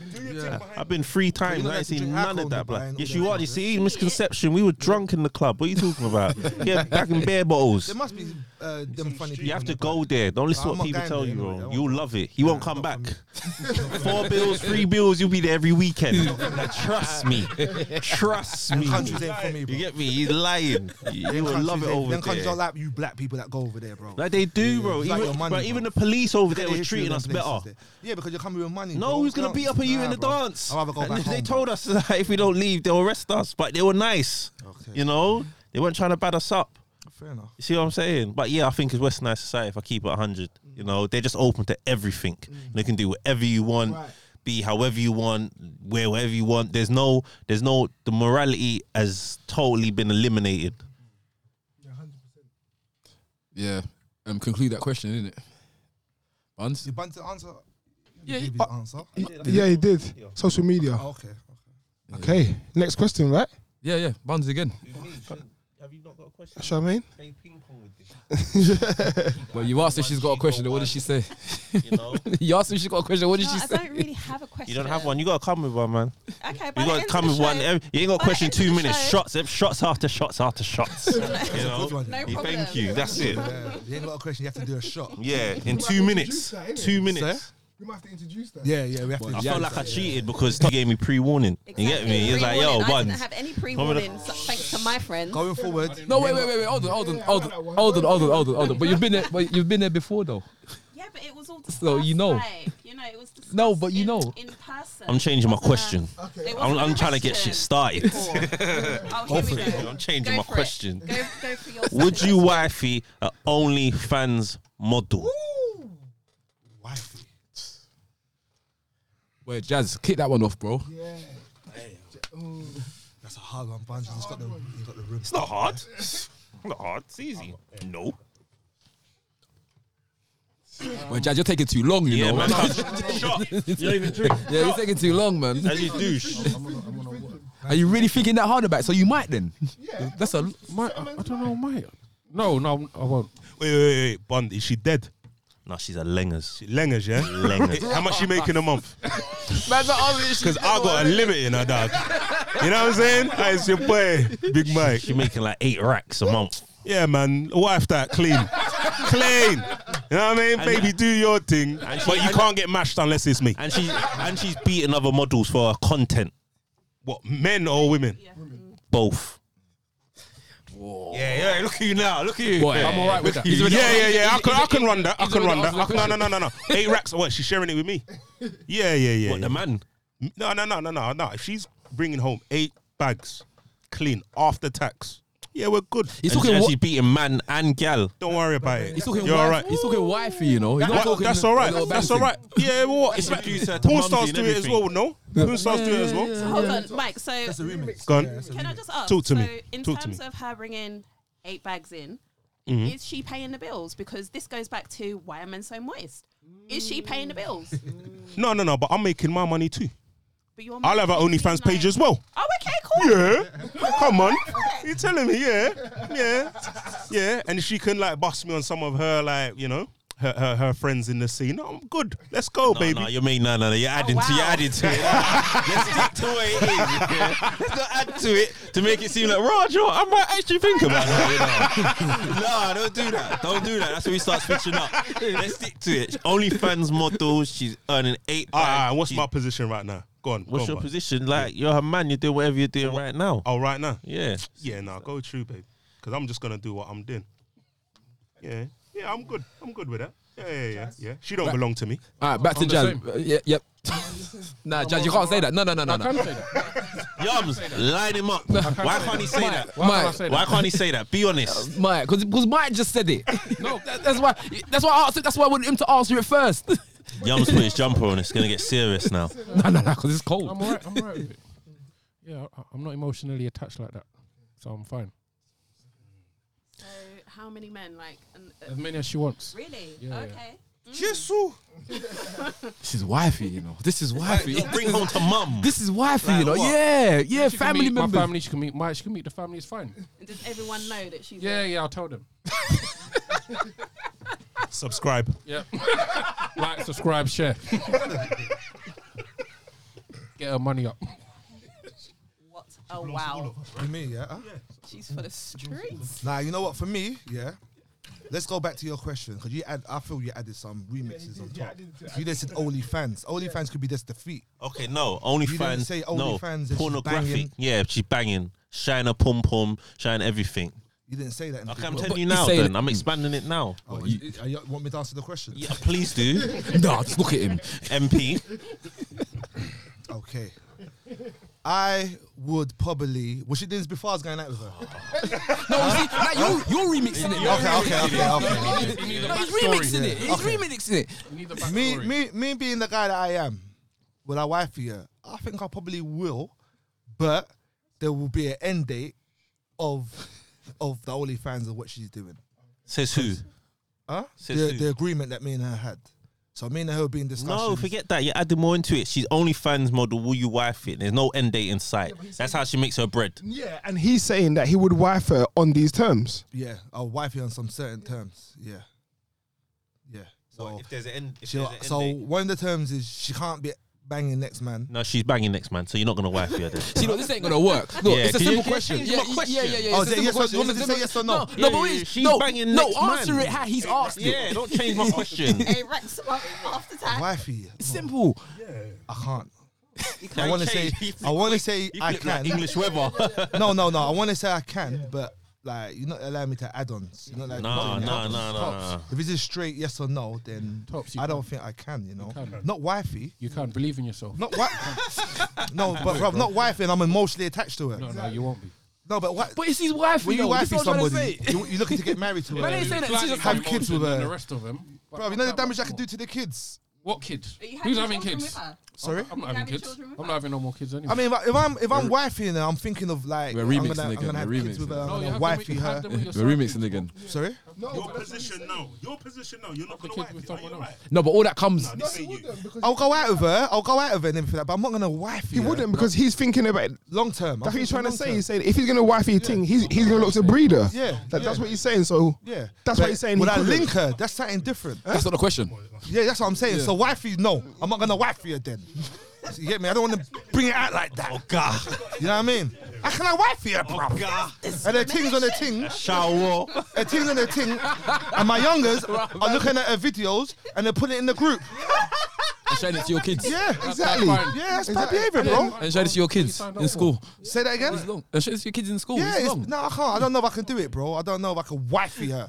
I've been three you're times. not I ain't allowed to seen drink none alcohol of in that, Dubai blood. and Yes, all you that are. You see, misconception. We were drunk in the club. What are you talking about? yeah, back in bare bottles. There must be uh, them funny people. You have in to Dubai. go there. Don't listen Nah, to I'm what not people going tell there you, anyway. bro. I You'll won't. love it. You won't come back. Four bills, three bills. You'll be there every weekend. Like, trust me. Trust me. Countries ain't for me, bro. You get me? He's lying. You, Them you will countries love it ain't- over Them countries there. are like you black people that go over there, bro. Like they do, bro. It's like Even, your money, but bro. even the police over there Look at the was history treating of us them places better. there. Yeah, because you're coming with money. No, bro. who's gonna No, beat up on you in nah, the bro. dance? I'd rather go And back they home, told us that if we don't leave, they'll arrest us. But they were nice. Okay. You know, they weren't trying to bad us up. Fair enough. You see what I'm saying? But yeah, I think it's Westernized society. If I keep it 100, you know, they're just open to everything. They can do whatever you want, be however you want, wear whatever you want. There's no, there's no, the morality has totally been eliminated. yeah. Um, conclude that question, isn't it? Buns. You banned to answer. Yeah, Yeah, you- you the answer. yeah, he did. Social media. Oh, okay. Okay, next question, right? Yeah, yeah. Buns again. Have you not got a question? Charmaine. Well, you asked if she's got a question. What did she say? You know, you asked if she's got a question. What did No, she I say? don't really have a question. you don't have one. You gotta come with one, man. Okay, but You gotta come with one. Every- You ain't got By a the question end of two the minutes. show. Shots, ev- shots after shots after shots. you know, Good one. No problem. thank you. That's it. Yeah, you ain't got a question. You have to do a shot. Yeah, in two minutes. Two minutes. We might have to introduce that. Yeah, yeah, we have I to. felt like I cheated because he gave me pre warning. You get me? He was like, yo, Pre-warning. I one. didn't have any pre-warning, so thanks to my friends. Going forward. No, wait, wait, wait, wait. Hold on, hold on, hold on, hold on, hold on, hold on, hold on. But you've been there. But you've been there before, though. Yeah, but it was all discussed. So you know. like, you know, it was discussed No, but you in, know. in person. I'm changing my It wasn't a- question. it I'm, wasn't I'm a trying to get Uh, question. shit started. Oh, here we go. I'm changing Go my for it. question. Go, go for your. Would second you question. wifey a OnlyFans model? Wifey. Wait, Jazz, kick that one off, bro. That's a hard one, Bunch. You just got the, you got the room. It's not hard. It's not hard. It's easy. No. Wait, Jazz, you're taking too long, you Yeah, know. man. Shot. You don't even drink. Yeah, you're taking too long, man. As you douche. Are you really thinking that hard about it? So you might then. Yeah. That's a. Might, I, I don't know, might. No, no, I won't. Wait, wait, wait. Bond, is she dead? No, she's a lengers. Lengers, yeah? Lengers. How much she making a month? Because I got a limit in her, dog. You know what I'm saying? Ah, It's your boy, Big Mike. She's making like eight racks a month. Yeah, man. Wife that clean. clean. You know what I mean? And- Baby, do your thing. and she- But you and- can't get mashed unless it's me. And she's and she's beating other models for her content. What, men or women? Both. Yeah, yeah, look at you now. Look at you. Boy, I'm all right with that. Yeah, yeah, yeah. I can, I can run that. I he's can run already that. I asked the can, no, no, no, no, no. Eight racks. What? She's sharing it with me. Yeah, yeah, yeah. What yeah. the man? No, no, no, no, no, no. If she's bringing home eight bags clean after tax, Yeah, we're good. And He's talking she- wa- she- she's beating man and gal. Don't worry about it. He's talking. You're all wife- right. He's talking wifey. You know. He's not That- talking that's all right. little That's bang all right. Yeah, what? It's like Introduce her to porn mumsy stars and do it as everything. well. No, porn stars do it as well. So hold on, Mike. So That's a remix. Go on. that's a can I remix. just ask? Talk to so me. in Talk to terms me. of her bringing eight bags in, Mhm. is she paying the bills? Because this goes back to why are men so moist? Is she paying the bills? No, no, no. But I'm making my money too. But you're I'll have an making OnlyFans like- page as well. Oh, okay, cool. Yeah. Come on. You telling me? Yeah. Yeah. Yeah. And she can like bust me on some of her like you know her her, her friends in the scene. I'm good. Let's go, No, Oh, baby. no, you mean no, no, no. You're adding to, you're wow. adding to it. Let's stick to what it is. yeah. Let's not add to it to make it seem like Roger. I might actually think about that. You know? no, don't do that. Don't do that. That's when we start switching up. Let's stick to it. OnlyFans models. She's earning eight. All right, all right, bags. Ah, what's She's- my position right now? Go on. What's go your on, bud. position? Like you're her man. You're doing whatever you're doing right now. Oh, right now. Yeah. Yeah, nah, go true, babe. Because I'm just gonna do what I'm doing. Yeah, yeah, I'm good. I'm good with that. Yeah, yeah, yeah. yeah. She don't belong to me. All right, back to I'm the Jazz. same. Uh, yeah, yep. nah, Jazz, you can't say that. No, no, no, no, I no. can say that. Yums, line him up. Why can't he say that? Why can't I Mike, say Why that? can't he say that? Be honest. Mike, because Mike just said it. no, that, that's why. That's why I asked. That's why I wanted him to answer it first. Yums put his jumper on. It's gonna get serious now. no, no, no, because it's cold. I'm alright. I'm alright with it. Yeah, I, I'm not emotionally attached like that, so I'm fine. So how many men like? And, uh, As many as she wants. really? Yeah, yeah. okay. She's wifey, you know. This is wifey. Bring home to mum. this is wifey, you Like know. what? Yeah, yeah. She can Family meet my members. family. She can meet my. She can meet the family. It's fine. And does everyone know that she's? Yeah, yeah. I'll tell them. Subscribe. Yeah. like, subscribe, share. Get her money up. What? Oh wow. For me, yeah. huh? She's for the streets. Nah, you know what? For me, yeah. Let's go back to your question because you add. I feel you added some remixes on top. you just said OnlyFans. OnlyFans coans could be just the feet. Okay, no, You didn't OnlyFans. say no, OnlyFans, she's pornographic. banging. Yeah, she's banging. Shine a pom pom, shine everything. You didn't say that. In the Okay, I'm beginning. telling But you you now. say Then that- I'm expanding it now. Oh, you, uh, you want me to answer the question? Yeah, please do, No, just look at him. MP. Okay. I would probably. Well, she did this before I was going out with her. No, you see, like you're, you're remixing it. now. okay, okay, okay, okay. No, he's remixing it. He's remixing it. me, me, me being the guy that I am, will I wife you? I think I probably will, but there will be an end date of of the OnlyFans of what she's doing. Says who? Huh? Says The, who? the agreement that me and her had. So me and her will be in discussion. No, forget that. You're adding more into it. She's OnlyFans model. Will you wife it? There's no end date in sight. That's how she makes her bread. Yeah, and he's saying that he would wife her on these terms. Yeah, I'll wife you on some certain terms. Yeah, yeah. So there's an end, if she'll, so one of the terms is she can't be banging next man. no, she's banging next man. So you're not gonna wife her. Then. See, look, this ain't gonna work. Look, Yeah, it's a can simple you- can you question. change Yeah, my yeah, question? yeah, yeah, yeah. Oh, it's a is it simple yes or- question. you want me It's to a say yes simple- or no? No, no, Yeah, but yeah, wait, she's no, banging no, next man. answer it how he's asked Yeah, it. don't change my question. Hey Rex, after time. Wifey, It's simple. I can't. I want to say, "Oh, I want to say, I Look like can. English weather. no, no, no. I want to say I can, but like you're not allowing me to add-ons. You're not like No, not even no, add-ons, no, no, tops. If it's a straight yes or no, then Tops, you I don't think I can. You know, can. not wifey, You can't believe in yourself. not wife. no, but bruv, not wifey, and I'm emotionally attached to her. No, No, no, you won't be. but what? But it's his wife. When you know, this wifey is what I'm trying to somebody, say. you, you're looking to get married to Man, I ain't her. saying that. It's just- Have kids with than her. The rest of them. but Bro, you not know the that damage I much could do more. to the kids. What kids? Are you having Who's having children kids? with her? Sorry. You I'm not having having kids. children with I'm her? not having no more kids anyway. I mean, if, I, if I'm if I'm wifey her, I'm thinking of like We're I'm remixing gonna, I'm again, gonna have we're kids with remixing. her. I'm no, Oh, you gonna have wifey to make, her. have them with yourself. We're remixing again. Sorry. Your position now. Your position now. You're not The gonna wife kids with it. Are you someone else. right? No, but all that comes. No, this ain't you. I'll go out with her. I'll go out with her and everything, like that, but I'm not gonna wife He her. wouldn't because he's thinking about. long term. That's what he's trying to say. Yeah, He's saying if he's gonna wife his thing, he's he's gonna look to breeder. Yeah, That- that's yeah. what he's saying. So yeah. that's But what he's saying. Would he I couldn't. link her? That's something different. That's not the question. Yeah, that's what I'm saying. So wifey, no, I'm not gonna wife you then. you get me? I don't want to bring it out like that. Oh God. You know what I mean? How can I wifey her, bro? Oh God. And the things on the ting, Shower. the things on the ting, and my youngers are looking at her videos and they're putting it in the group. And showing it to your kids. Yeah, exactly. fine. Yeah, that's bad Exactly. behavior, bro. And show this to your kids signed in up school. Say that again. It's long. And show this to your kids in school. Oh, Yeah, It's it's, long. no, I can't. I don't know if I can do it, bro. I don't know if I can wifey her.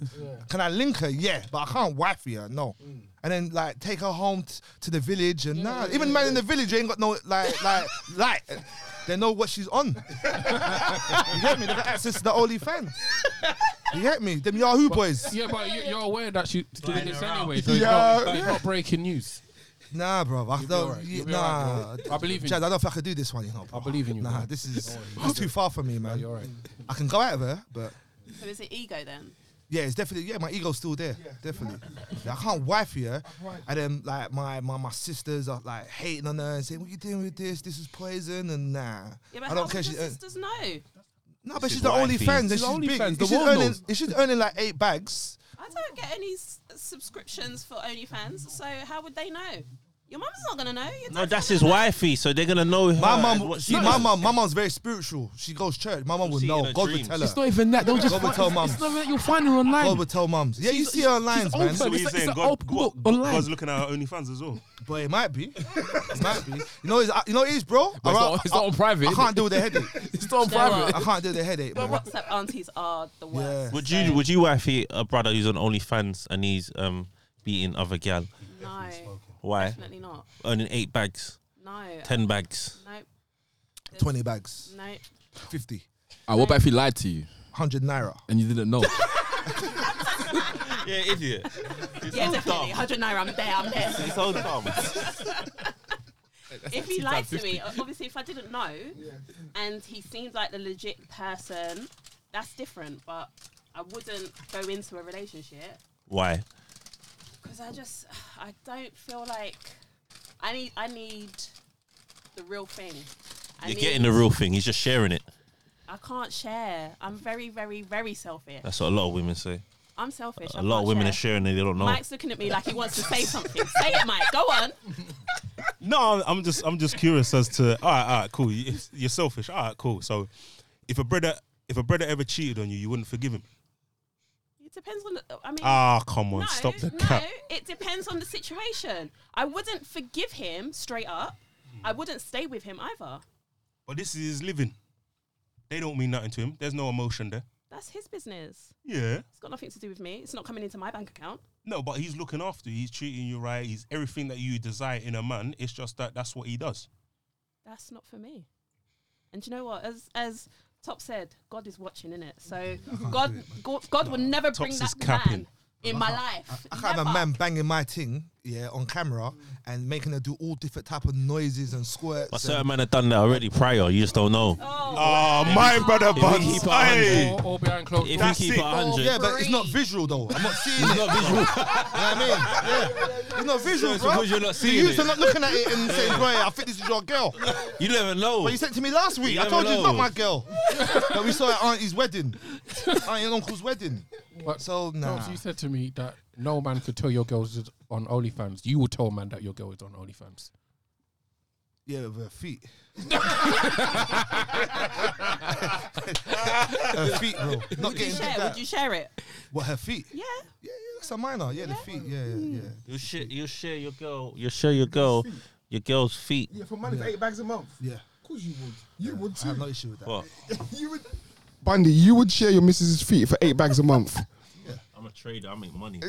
Can I link her? Yeah, but I can't wifey her. No. Mm. And then like take her home t- to the village and nah. Even man in the village ain't got no like like like. They know what she's on. you get me? They got access to the OnlyFans. You get me? Them Yahoo boys. Yeah, but you, you're aware that she did Lying this around. anyway. So it's, Yeah, not, yeah. it's not breaking news. Nah, bro. I be don't. alright. yeah, You'll be nah. alright, bro. I believe in Jazz, you. I don't think I could do this one. You know. I believe in you, Nah, bro. this is it's too far for me, man. You're right. I can go out of her, but So is it ego then? yeah, it's definitely yeah. My ego's still there, definitely. Yeah, I can't wife her, and then like my, my my sisters are like hating on her and saying, "What you doing with this? This is poison." And nah, Yeah, but I how don't care. does She, uh, your earn- sisters know? no, but She's she's the only wifey. fans, and She's she's big. OnlyFans, If the she's world earning, knows. if she's earning like eight bags. I don't get any s- subscriptions for OnlyFans, so how would they know? Your mum's not gonna know. Your No, dad's that's not his gonna know. wifey, so they're gonna know her. My and mum, what see, she my does. mum, my mum's very spiritual. She goes church. My mum will see in know. her God will dreams. tell her. It's not even that. Don't just God will find- tell mums. It's not that you'll find her online. God will tell mums. Yeah, you She's- see her lines, she's man. open. So It's he's like- it's saying like God, open God, book, online. God's looking at her OnlyFans as well. But it might be. It might be. You know, it's, you know it is, bro. But it's I- not- it's not I- on private. I can't deal with the headache. It's not on There private. I can't deal with the headache, Your man. WhatsApp aunties are the worst. Would you would you wifey a brother who's on OnlyFans and he's um beating other gal? No, Why? definitely not. Earning eight bags, No, ten bags. no, 20 bags, no. 50, Ah, what about if he lied to you 100 naira. and you didn't know? Yeah, idiot. Yeah, definitely. 100 naira. I'm there. I'm there. It's so dumb. if he lied to me, obviously, if I didn't know, and he seems like the legit person, that's different. But I wouldn't go into a relationship Why? because I just I don't feel like I need I need the real thing. I You're need- getting the real thing. He's just sharing it. I can't share. I'm very, very, very selfish. That's what a lot of women say. I'm selfish. I A lot of can't women share. are sharing and they don't know. Mike's looking at me like he wants to say something. say it, Mike. Go on. No, I'm- I'm just I'm just curious as to all right, all right, cool. You- You're selfish. All right, cool. So, if a brother if a brother ever cheated on you, you wouldn't forgive him. It depends on. the- I mean, Ah, come on, no, stop the no. cap. It depends on the situation. I wouldn't forgive him straight up. I wouldn't stay with him either. But this is his living. They don't mean nothing to him. There's no emotion there. That's his business. Yeah. It's got nothing to do with me. It's not coming into my bank account. No, but he's looking after you. He's treating you right. He's everything that you desire in a man. It's just that that's what he does. That's not for me. And do you know what? As as Top said, God is watching, innit? So God, God, God will never bring Top's that is capping. man in my life. I can't have a Never. man banging my thing, yeah, on camera and making her do all different type of noises and squirts. But certain and- men have done that already prior. You just don't know. Oh, my brother Buns. keep it Hey. Or, or behind closed If doors. you keep it. it 100, yeah, but it's not free. visual though. I'm not seeing it. not visual. You know what I mean? Yeah. It's not visual, it's bro. because you're not seeing You're used to it. not looking at it and saying, bro, I think this is your girl. you never know. But you said to me last week, You I never told you it's not know. my girl. that we saw at Auntie's wedding, Auntie and Uncle's wedding. But So, nah. Pops, you said to me that no man could tell your girls is on OnlyFans. You will tell a man that your girl is on OnlyFans. Yeah, with her feet. her feet, bro. Not would you getting share? big Would out. you share it? What, her feet? Mm. Yeah, Yeah. yeah, that's a minor. Yeah, the feet. Yeah, yeah, yeah. You share, you share your girl. You share your girl. Your girl's feet. Yeah, for money, for eight bags a month. Yeah, Of course you would. You would I have too. no issue with that. What? you would. Bundy, you would share your missus's feet for eight bags a month. I'm a trader. I make money.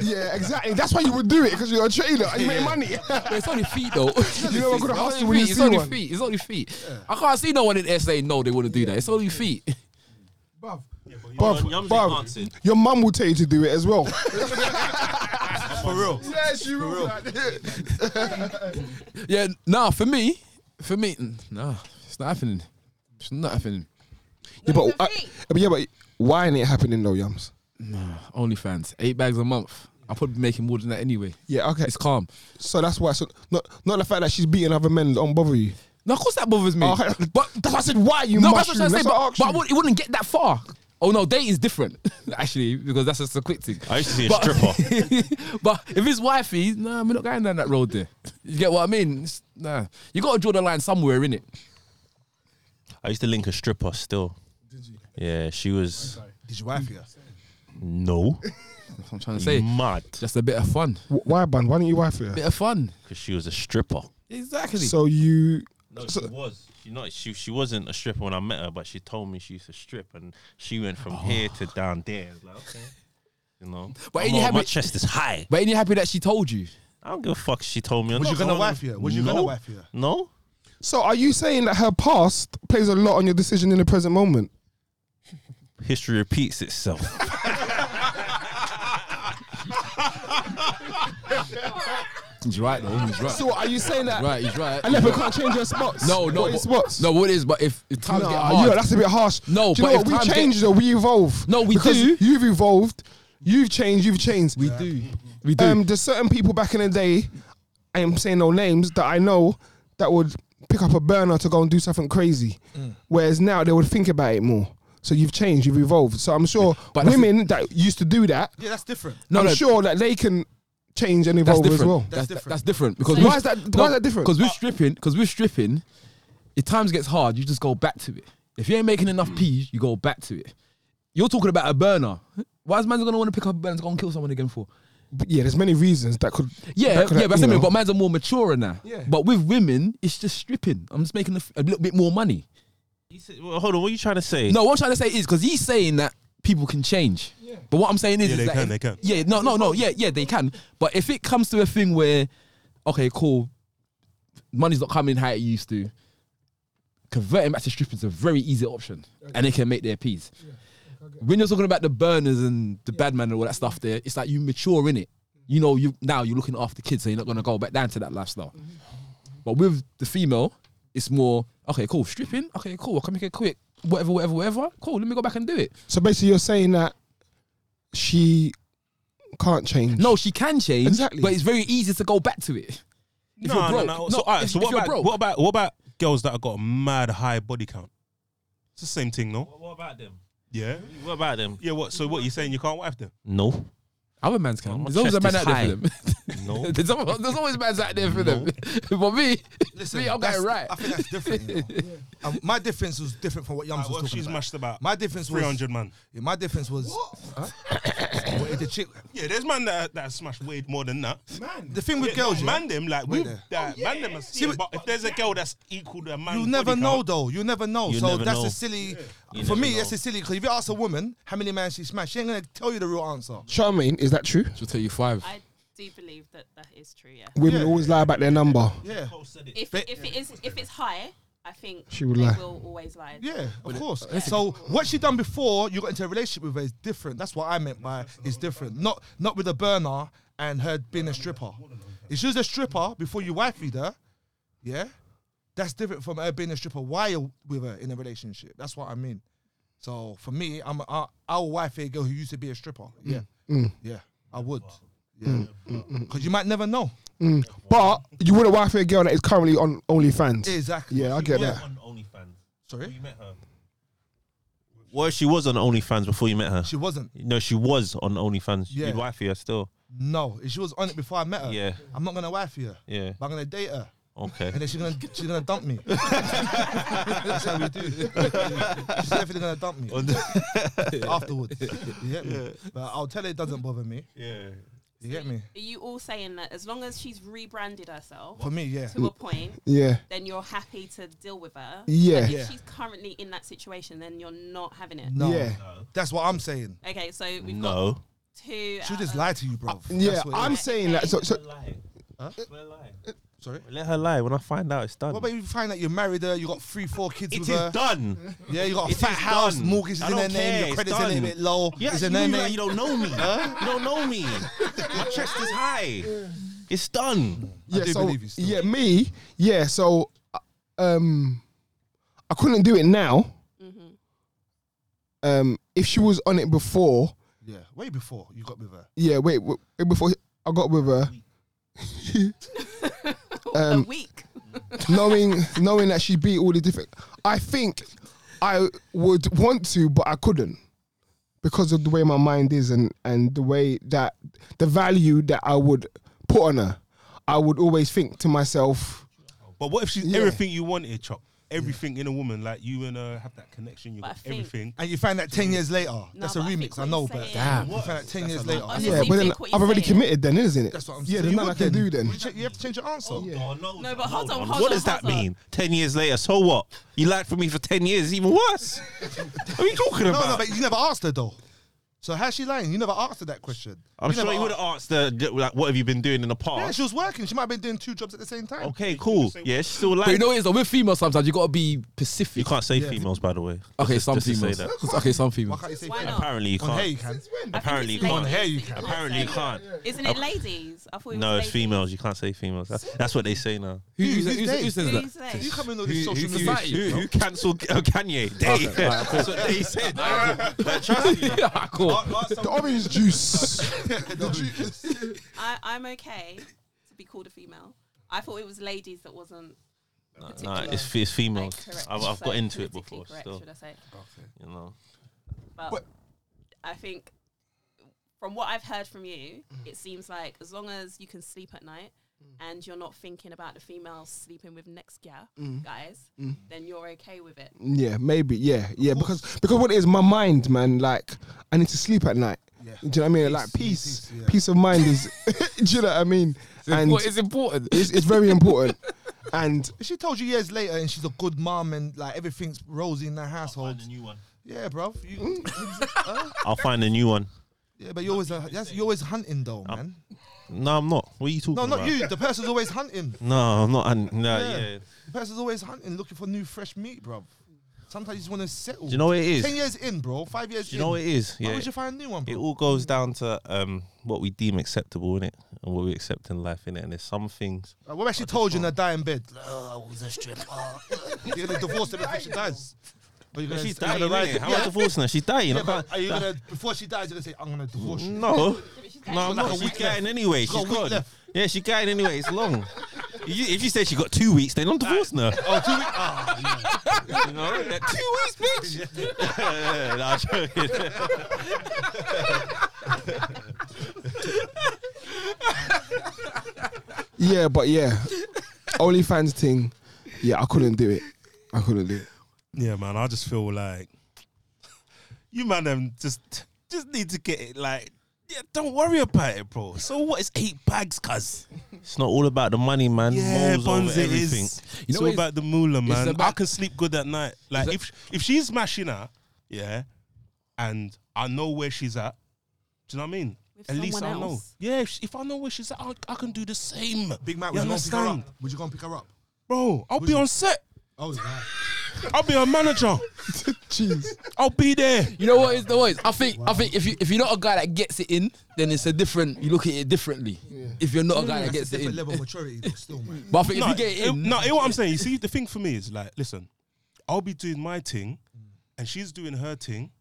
yeah, exactly. That's why you would do it because you're a trader and you make money. But it's only feet though. you know, I could It's only hustle when you feet. It's see only one. feet. It's only feet. I can't see no one in SA. No, they wouldn't do that. It's only feet. Bruv, Yums bruv, ain't bruv. answered. Your mum will tell you to do it as well. For real. yes, you will. Yeah, nah. For me, for me, mm, nah. It's not happening. It's not happening. Yeah, but, Not I, even feet. but yeah, but why ain't it happening though, Yums? Only fans. Eight bags a month. I probably be making more than that anyway. Yeah, okay. It's calm. So that's why. So not not the fact that she's beating other men don't bother you. No, of course that bothers me. Oh, okay. But That's why I said why you no, that's mushroom. what I'm saying. That's why I But, asked but I you. would, it wouldn't get that far. Oh no, date is different actually because that's just a quick thing. I used to see a But- stripper. but if it's wifey, nah, we're not going down that road there. You get what I mean? It's, nah, you got to draw the line somewhere, innit? I used to link a stripper still. Did you? Yeah, she was Did your wife here? no That's what I'm trying to say. mad Just a bit of fun. Wh- Why, bun? Why don't you wife her? Bit of fun. because she was a stripper. Exactly. So you. No, So- she was. She not. She she wasn't a stripper when I met her, but she told me she used to strip, and she went Oh. from here to down there. I was Like, okay, you know. But I'm ain't you all- happy- my chest is high. but ain't you happy that she told you? I don't give a fuck. if She told me. I'm Was not you gonna going on- wife here? Was you gonna No. wife here? No. So are you saying that her past plays a lot on your decision in the present moment? History repeats itself. He's right though. He's right. So are you saying that right. He's right. I never can't change your spots? No, no, What is but, spots? no. What it is? But if, if times Nah, get hard, you know, Ah, that's a bit harsh. No, Do you but know if times what? we get- change though, we evolve. No, we because do. You've evolved, you've changed, you've changed. we do, we do. Um, there's certain people back in the day, I am saying no names, that I know that would pick up a burner to go and do something crazy. Mm. Whereas now they would think about it more. So you've changed, you've evolved. So I'm sure But that's women that used to do that, Yeah, that's different. no, I'm no, sure that they can change and that's evolve different. as well. That's, That's that's different. Because So why is that- why is that different? Because with stripping, because with stripping, if times gets hard, you just go back to it. If you ain't making enough Mm. peas, you go back to it. You're talking about a burner. Why is man gonna want to pick up a burner to go and kill someone again for? But yeah, there's many reasons that could. Yeah, that could, yeah, but, that's you what I mean, know. but man's are more mature now. Yeah. But with women, it's just stripping. I'm just making a, f- a little bit more money. You said- well, hold on, what are you trying to say? No, what I'm trying to say is because he's saying that people can change. But what I'm saying is, Yeah, is they that can, if- they can. Yeah, no, no, no. Yeah, yeah, they can. But if it comes to a thing where, okay, cool, money's not coming how it used to, converting back to stripping is a very easy option, and they can make their peas. When you're talking about the burners and the bad man and all that stuff, there, it's like you mature in it. You know, you now you're looking after kids, so you're not gonna go back down to that lifestyle. But with the female, it's more okay, cool, stripping, okay, cool, I can make it quick, whatever, whatever, whatever, cool, let me go back and do it. So basically, you're saying that she can't change. No, she can change, Exactly. but it's very easy to go back to it. If no, you're broke, no, no. no, So, all right, if- so if what you're about broke. what about what about girls that have got a mad high body count? It's the same thing, no? What about them? Yeah. What about them? Yeah. What? So what you saying? You can't wife them? No, Other man's can. My There's always a chest man out is there high. for them. no. there's, always, there's always man's out there for them. but me, Listen, me, I'm that's- going right. I think that's different. You know? And my difference was different from what Yams Like, was what if talking she's about. mashed about My difference was three hundred man. Yeah, my difference was Huh? Well, the chick. Yeah, there's man that that smashed way more than that. The thing with Yeah, girls, like, yeah, man them like we Wait there. that man them. Are, See, yeah, but- but if there's a girl that's equal to a man, you body never count, know though. You never know. You so never that's know. a silly. You For never me, know. that's a silly. Because if you ask a woman how many men she smashed, she ain't gonna tell you the real answer. Charmaine, is that true? She'll tell you five. I do believe that that is true. Yeah. Women Yeah. always lie about their number. Yeah, If But- if it is if it's high, I think She would they lie. will always lie. yeah, of course. So what she done before you got into a relationship with her is different. That's what I meant by it's different. Not not with a burner and her being a stripper. If she was a stripper before you wifey her, yeah, that's different from her being a stripper while with her in a relationship. That's what I mean. So for me, I'm I, I'll wifey a girl who used to be a stripper. Yeah, Mm. yeah, I would. Yeah, because you might never know. Mm. But you wouldn't wife a girl that is currently on OnlyFans. Exactly. Yeah, I get that. On OnlyFans. Sorry, met her. Well, she was on OnlyFans before you met her. she wasn't. no, she was on OnlyFans. Yeah. Uh. You'd wifey her still. No, she was on it before I met her. Yeah. I'm not gonna wifey her. Yeah. But I'm gonna date her. Okay. And then she's gonna she's gonna dump me. That's how we do. She's definitely gonna dump me afterwards. You get me? But I'll tell her it doesn't bother me. Yeah. You get me? Are you all saying that as long as she's rebranded herself For me, yeah. to a point, Yeah. then you're happy to deal with her? Yeah. But if Yeah. she's currently in that situation, then you're not having it. No. Yeah. That's what I'm saying. Okay, so we've got No. two. She'll out just of- lie to you, bro. Yeah. I'm is. saying that. So, so sorry. Let her lie. When I find out, it's done. What about you find out you married her, you got three, four kids it with is her? done. Yeah, you got a It fat is house, done. mortgage is I in don't her name, care, your it's credit's a little done. bit low. Yeah, is you, her name like you don't know me. You don't know me. My chest is high. It's done. yeah. do so believe you still. yeah, me. Yeah. So, uh, um, I couldn't do it now. mm-hmm. Um, if she was on it before, Yeah, way before you got with her. yeah. Wait, wait, wait, before I got with her, Um, a week. knowing knowing that she beat all the different, I think I would want to, but I couldn't because of the way my mind is and and the way that the value that I would put on her. I would always think to myself, But what if she's Yeah. everything you wanted, Chop? Everything in a woman, like you and her have that connection. You But I got think- everything. And you find that 10 years later. That's a but I think remix, I what know, he's but saying- you find that 10 years later. Honestly, yeah, but then think what I've you're already saying. committed, then isn't it? That's what I'm yeah, saying. there's You nothing I would can do then. You ch- you have to change your answer. Oh, no, No, but hold on, hold what on, does that hold on. mean? Ten years later, so what? You lied for me for ten years, even worse. what are you talking No, about? no, but you never asked her though. So how's she lying? You never asked her that question. I'm You sure never he would have asked- asked her, d- like, what have you been doing in the Yeah, past? she was working. She might have been doing two jobs at the same time. okay, cool. Yeah, she's still But you lying. know what it is though, with females sometimes you gotta be You specific. can't say Yeah. females, by the way. Okay, Just- some just to say females. that. Okay, some Why females. can't you say Why that? not? Apparently, you On hair you can't. can. I think Apparently it's you can't. On hair you ladies that can. Apparently, say you can't. that. Isn't it ladies? I thought it No, was it's females. You can't say females. That- That's what they say now. Who, who, Who's who, they? who says that? Who's they? You come in with Who- this social who- who- society. Who, who cancelled uh, Kanye? They. That's what they said. Like, trust me. yeah, Ah, cool. Ask- ask The some- orange juice. the Jews. I, I'm okay to be called a female. I thought it was ladies that wasn't. No, particular, it's, fe- it's like, females. correct, I've, I've got so into it politically before, correct, still. should I say? You know. But, But- I think from what I've heard from you, it seems like as long as you can sleep at night and you're not thinking about the females sleeping with next guy, guys, then you're okay with it. Mm. Yeah, maybe. Yeah, yeah. Because because what it is, my mind, man. Like I need to sleep at night. Yeah. Do you know what I mean? like peace, peace, peace, yeah. of mind is. do you know what I mean? And What is important? it's, it's very important. and If She told you years later, and she's a good mom, and like everything's rosy in the household. new one. Yeah, bro. You, Huh? I'll find a new one. yeah, but you're always uh, that's, you're always hunting though, man. No, I'm not. What are you talking No, about? not you. The person's always hunting. No, I'm not. un- no, Yeah. yeah. The person's always hunting, looking for new fresh meat, bro. Sometimes you just want to settle. Do you know what it is? Ten years in, bro. Five years. Do you know what in. it is? Why Yeah. would you find a new one, It bro? all goes down to um, what we deem acceptable in it and what we accept in life in it. And there's some things. Like, what actually told you in a dying bed? Oh, I was a stripper. you're gonna divorce her before she dies. But you're gonna, she's you're gonna dying. ride innit? it. How am I Yeah, divorcing her? She's dying. yeah, I but can't- Mm. are you gonna before she dies? You're gonna say, "I'm gonna divorce you." No. No, got I'm like not. a She's week getting anyway. She's got She's a week gone. left. Yeah, she's getting anyway. It's long. If you- If you said she got two weeks, then I'm divorcing her. Oh, two weeks. Oh, yeah. You know, that two weeks, bitch. Yeah, nah, I'm joking. yeah, but yeah, OnlyFans thing. Yeah, I couldn't do it. I couldn't do it. Yeah, man. I just feel like you man them just just need to get it like yeah, don't worry about it, bro. So what is eight bags, cuz? It's not all about the money, man. Yeah, Morals over Bonzi it everything. is. You know what it's all is- about the moolah, man. about- I can sleep good at night. Like that- if if she's mashing her, yeah, and I know where she's at. Do you know what I mean? With at least I someone know. else. Yeah, if, she- if I know where she's at, I, I can do the same. Big Mac, you would you, go and pick her understand, up? would you go and pick her up? bro? I'll be on set. Oh, yeah. I'll be a manager. Jeez. I'll be there. You know what is the what is? I think I think if you if you're not a guy that gets it in, then it's a different. You look at it differently. If you're not a guy that That's gets a it different in, level of maturity, though, still, man. but I think no, if you get it in, no, hear what I'm saying. You see, the thing for me is like, listen, I'll be doing my thing, and she's doing her thing,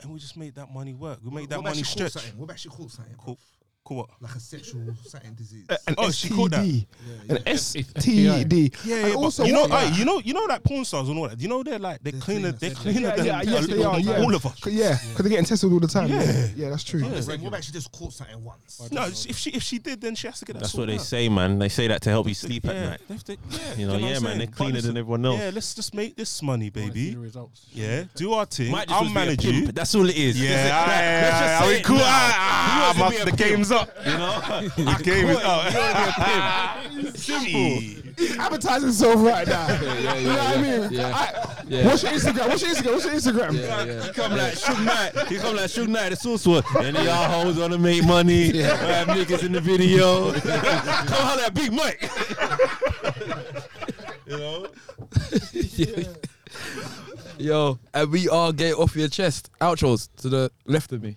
and we just make that money work. We make that about money she caught stretch. something? What about she called something? Cool. Cool. What? Like a sexual something disease. An oh, she caught that. STD. An It's STD. Yeah, And yeah, but also, you know, what- hey, you know, you know that porn stars and all that. You know they're like they're, cleaner, cleaner, they're yeah. cleaner than yeah, yes, they are, yeah. all of us. 'Cause- yeah, because they're getting tested all the time. Yeah, yeah, Yeah. that's true. I'm saying, what about she just caught something once? No, if she if she did, then she has to get that. That's what sorted they out. say, man. They say that to help you sleep yeah, at night. they have to- yeah, You know, what I'm yeah, man, saying? they're But cleaner listen, than everyone else. Yeah, let's just make this money, baby. The results. Yeah, do our thing. Might just I'll was be a manage pimp. you. That's all it is. Yeah, Just- yeah, let's just yeah, say we it cool. now. Ah, He wants ah, to ah, be the a game's up. You know, The game is up. simple. Advertising itself right now. yeah, you know what I yeah, mean? yeah. I- Yeah. What's your Instagram? What's your Instagram? What's your Instagram? yeah, yeah. He come like Suge Knight. He come like Suge Knight, the source one. And y'all hoes wanna make money. Have niggas in the video. come holler at Big Mike. you know, Yo, and we are get off your chest. Outros to the left of me.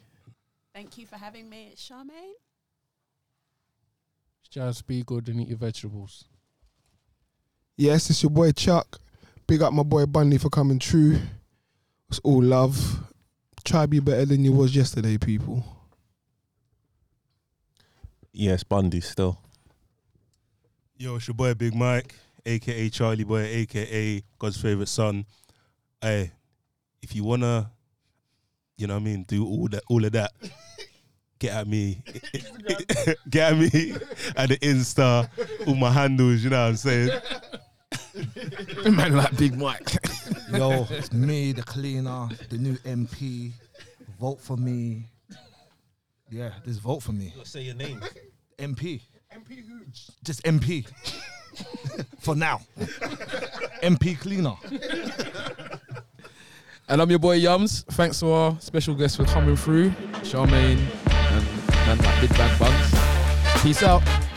Thank you for having me, Charmaine. Just be good and eat your vegetables. Yes, it's your boy Chuck. Big up my boy Bundy for coming true. It's all love. Try be better than you was yesterday, people. yes, Bundy still. Yo, it's your boy Big Mike, aka Charlie Boy, aka God's favorite son. Hey, if you wanna, you know what I mean, do all that, all of that, get at me, get at me at the Insta, all my handles. You know what I'm saying? Man, like Big Mike. Yo, it's me, the cleaner, the new MP. Vote for me. Yeah, just vote for me. Say your name. MP. MP who? Just MP. for now. MP cleaner. And I'm your boy Yums. Thanks to our special guests for coming through, Charmaine and, and that Big Bad Buns. Peace out.